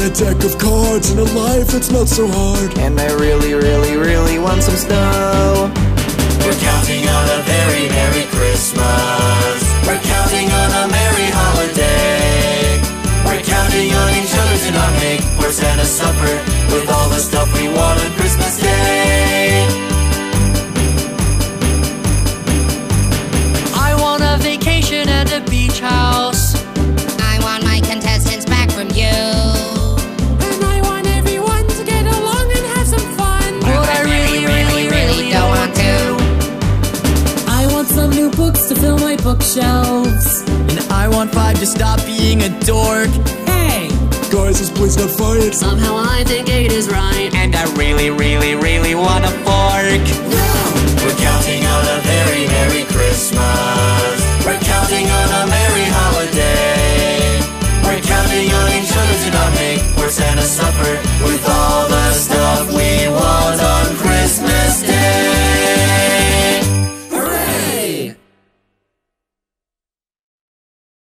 a deck of cards and a life that's not so hard. And I really, really, really want some snow. We're counting on a very Merry Christmas. We're counting on a Merry Holiday. We're counting on each other's and our make for Santa supper with all the stuff we want on Christmas Day. I want a vacation at the beach house. I want my contestants back from you. And I want everyone to get along and have some fun. But I really, really, really don't want to. I want some new books to fill my bookshelves. And I want Five to stop being a dork. Hey! Guys, this place not fired. Somehow I think eight is right. And I really, really, really want a fork. We're counting on a very Merry Christmas. We're counting on a